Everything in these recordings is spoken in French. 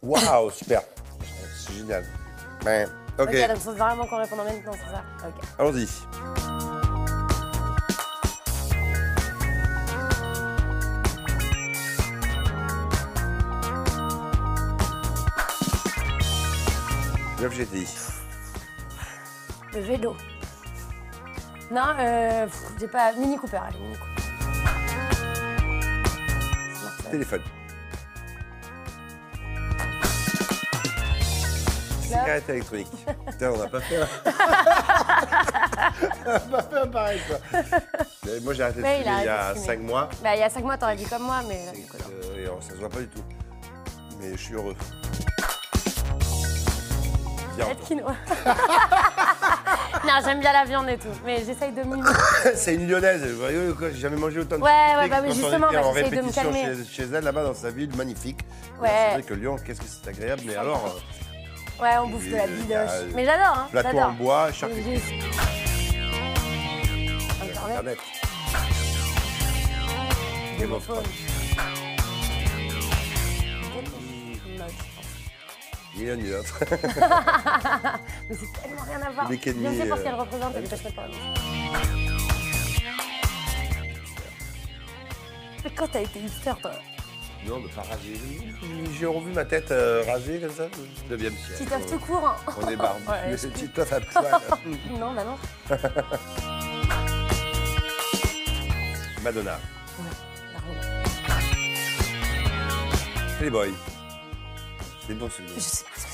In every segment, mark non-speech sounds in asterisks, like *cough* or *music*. Wow, super. C'est génial. Ben, OK, Ok, donc c'est vraiment qu'on répond en même temps, c'est ça Ok. allons-y. L'objet dit. Le vélo. Non, euh, pff, j'ai pas. Mini Cooper, allez, Mini Cooper. Smartphone. Téléphone. Là. Cigarette électronique. Putain, on n'a pas fait. un- *laughs* on n'a pas fait un pareil, quoi. *laughs* Mais Moi, j'ai arrêté de Ouais, il a fumer il y a arrêté de fumer. 5 mois. Bah, il y a 5 mois, t'aurais dit comme moi, mais. là, Et, du coup, non. euh, et on- ça se voit pas du tout. Mais je suis heureux. Viande. *laughs* Peut-être quinoa. *laughs* non, j'aime bien la viande et tout, mais j'essaye de mimer. C'est une lyonnaise. Vous voyez, quoi, J'ai jamais mangé autant de Ouais, ouais, steak bah oui, quand on justement, était en bah, j'essaye de me répétition calmer. chez, chez elle, là-bas, dans sa ville, magnifique. Ouais. Alors, C'est vrai que Lyon, qu'est-ce que c'est agréable. Mais alors, euh, Ouais, on bouffe de la Et il y a, bidoche. euh, Mais j'adore, hein. plateau j'adore. en bois, Mais charcuterie. j'ai- Internet, Internet. Game of téléphone. Thrones. Mode, je pense. Il y en a une autre. Mais c'est tellement rien à voir. Des Kenny, Bien fait pour euh, ce qu'elle représente, elle est passionnée par la musique. Mais quand t'as été hipster, toi Non, mais pas rasé. J'ai revu ma tête euh, rasée comme ça, le 9e siècle. Tu t'offres tout court hein. On est barbu, Ouais. *laughs* mais c'est une petite toffe à poil. *laughs* Non, bah non. Madonna, Bah, Pardon. Playboy. C'est bon celui-là. Je sais pas ce que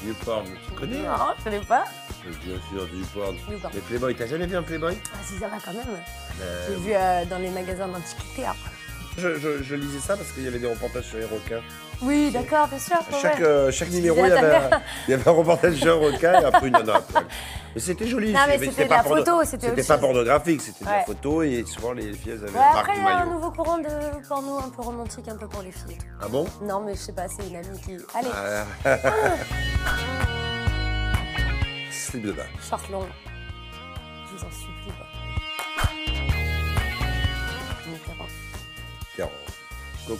c'est. Newporn, tu connais hein Non, je connais pas. Bien sûr, du porn. Newporn. Mais Playboy, t'as jamais vu un Playboy Ah, si, ça va quand même. Euh, J'ai vu euh, dans les magasins hein. d'antiquité après. je, je- je lisais ça parce qu'il y avait des reportages sur les requins. Oui, d'accord, bien sûr. À ouais, chaque, ouais. euh, chaque numéro, disais il y, à ta avait un, il y avait un reportage sur un requin et après une nana à *laughs* poil. Mais c'était joli. Non, mais c'est- c'était de la porno- photo, c'était C'était autre pas chose. pornographique, c'était de la Ouais. photo et souvent les filles, elles avaient Ouais, la marque après, du il y a un maillot. nouveau courant de porno un peu romantique, un peu pour les filles. et tout. Ah bon Non, mais je sais pas, c'est une amie qui. Allez, *laughs* Ah. Slip de bain. short long. Je vous en supplie, quoi. Mitterrand. Tiens, Donc,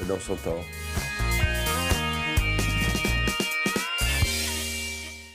euh, dans son temps.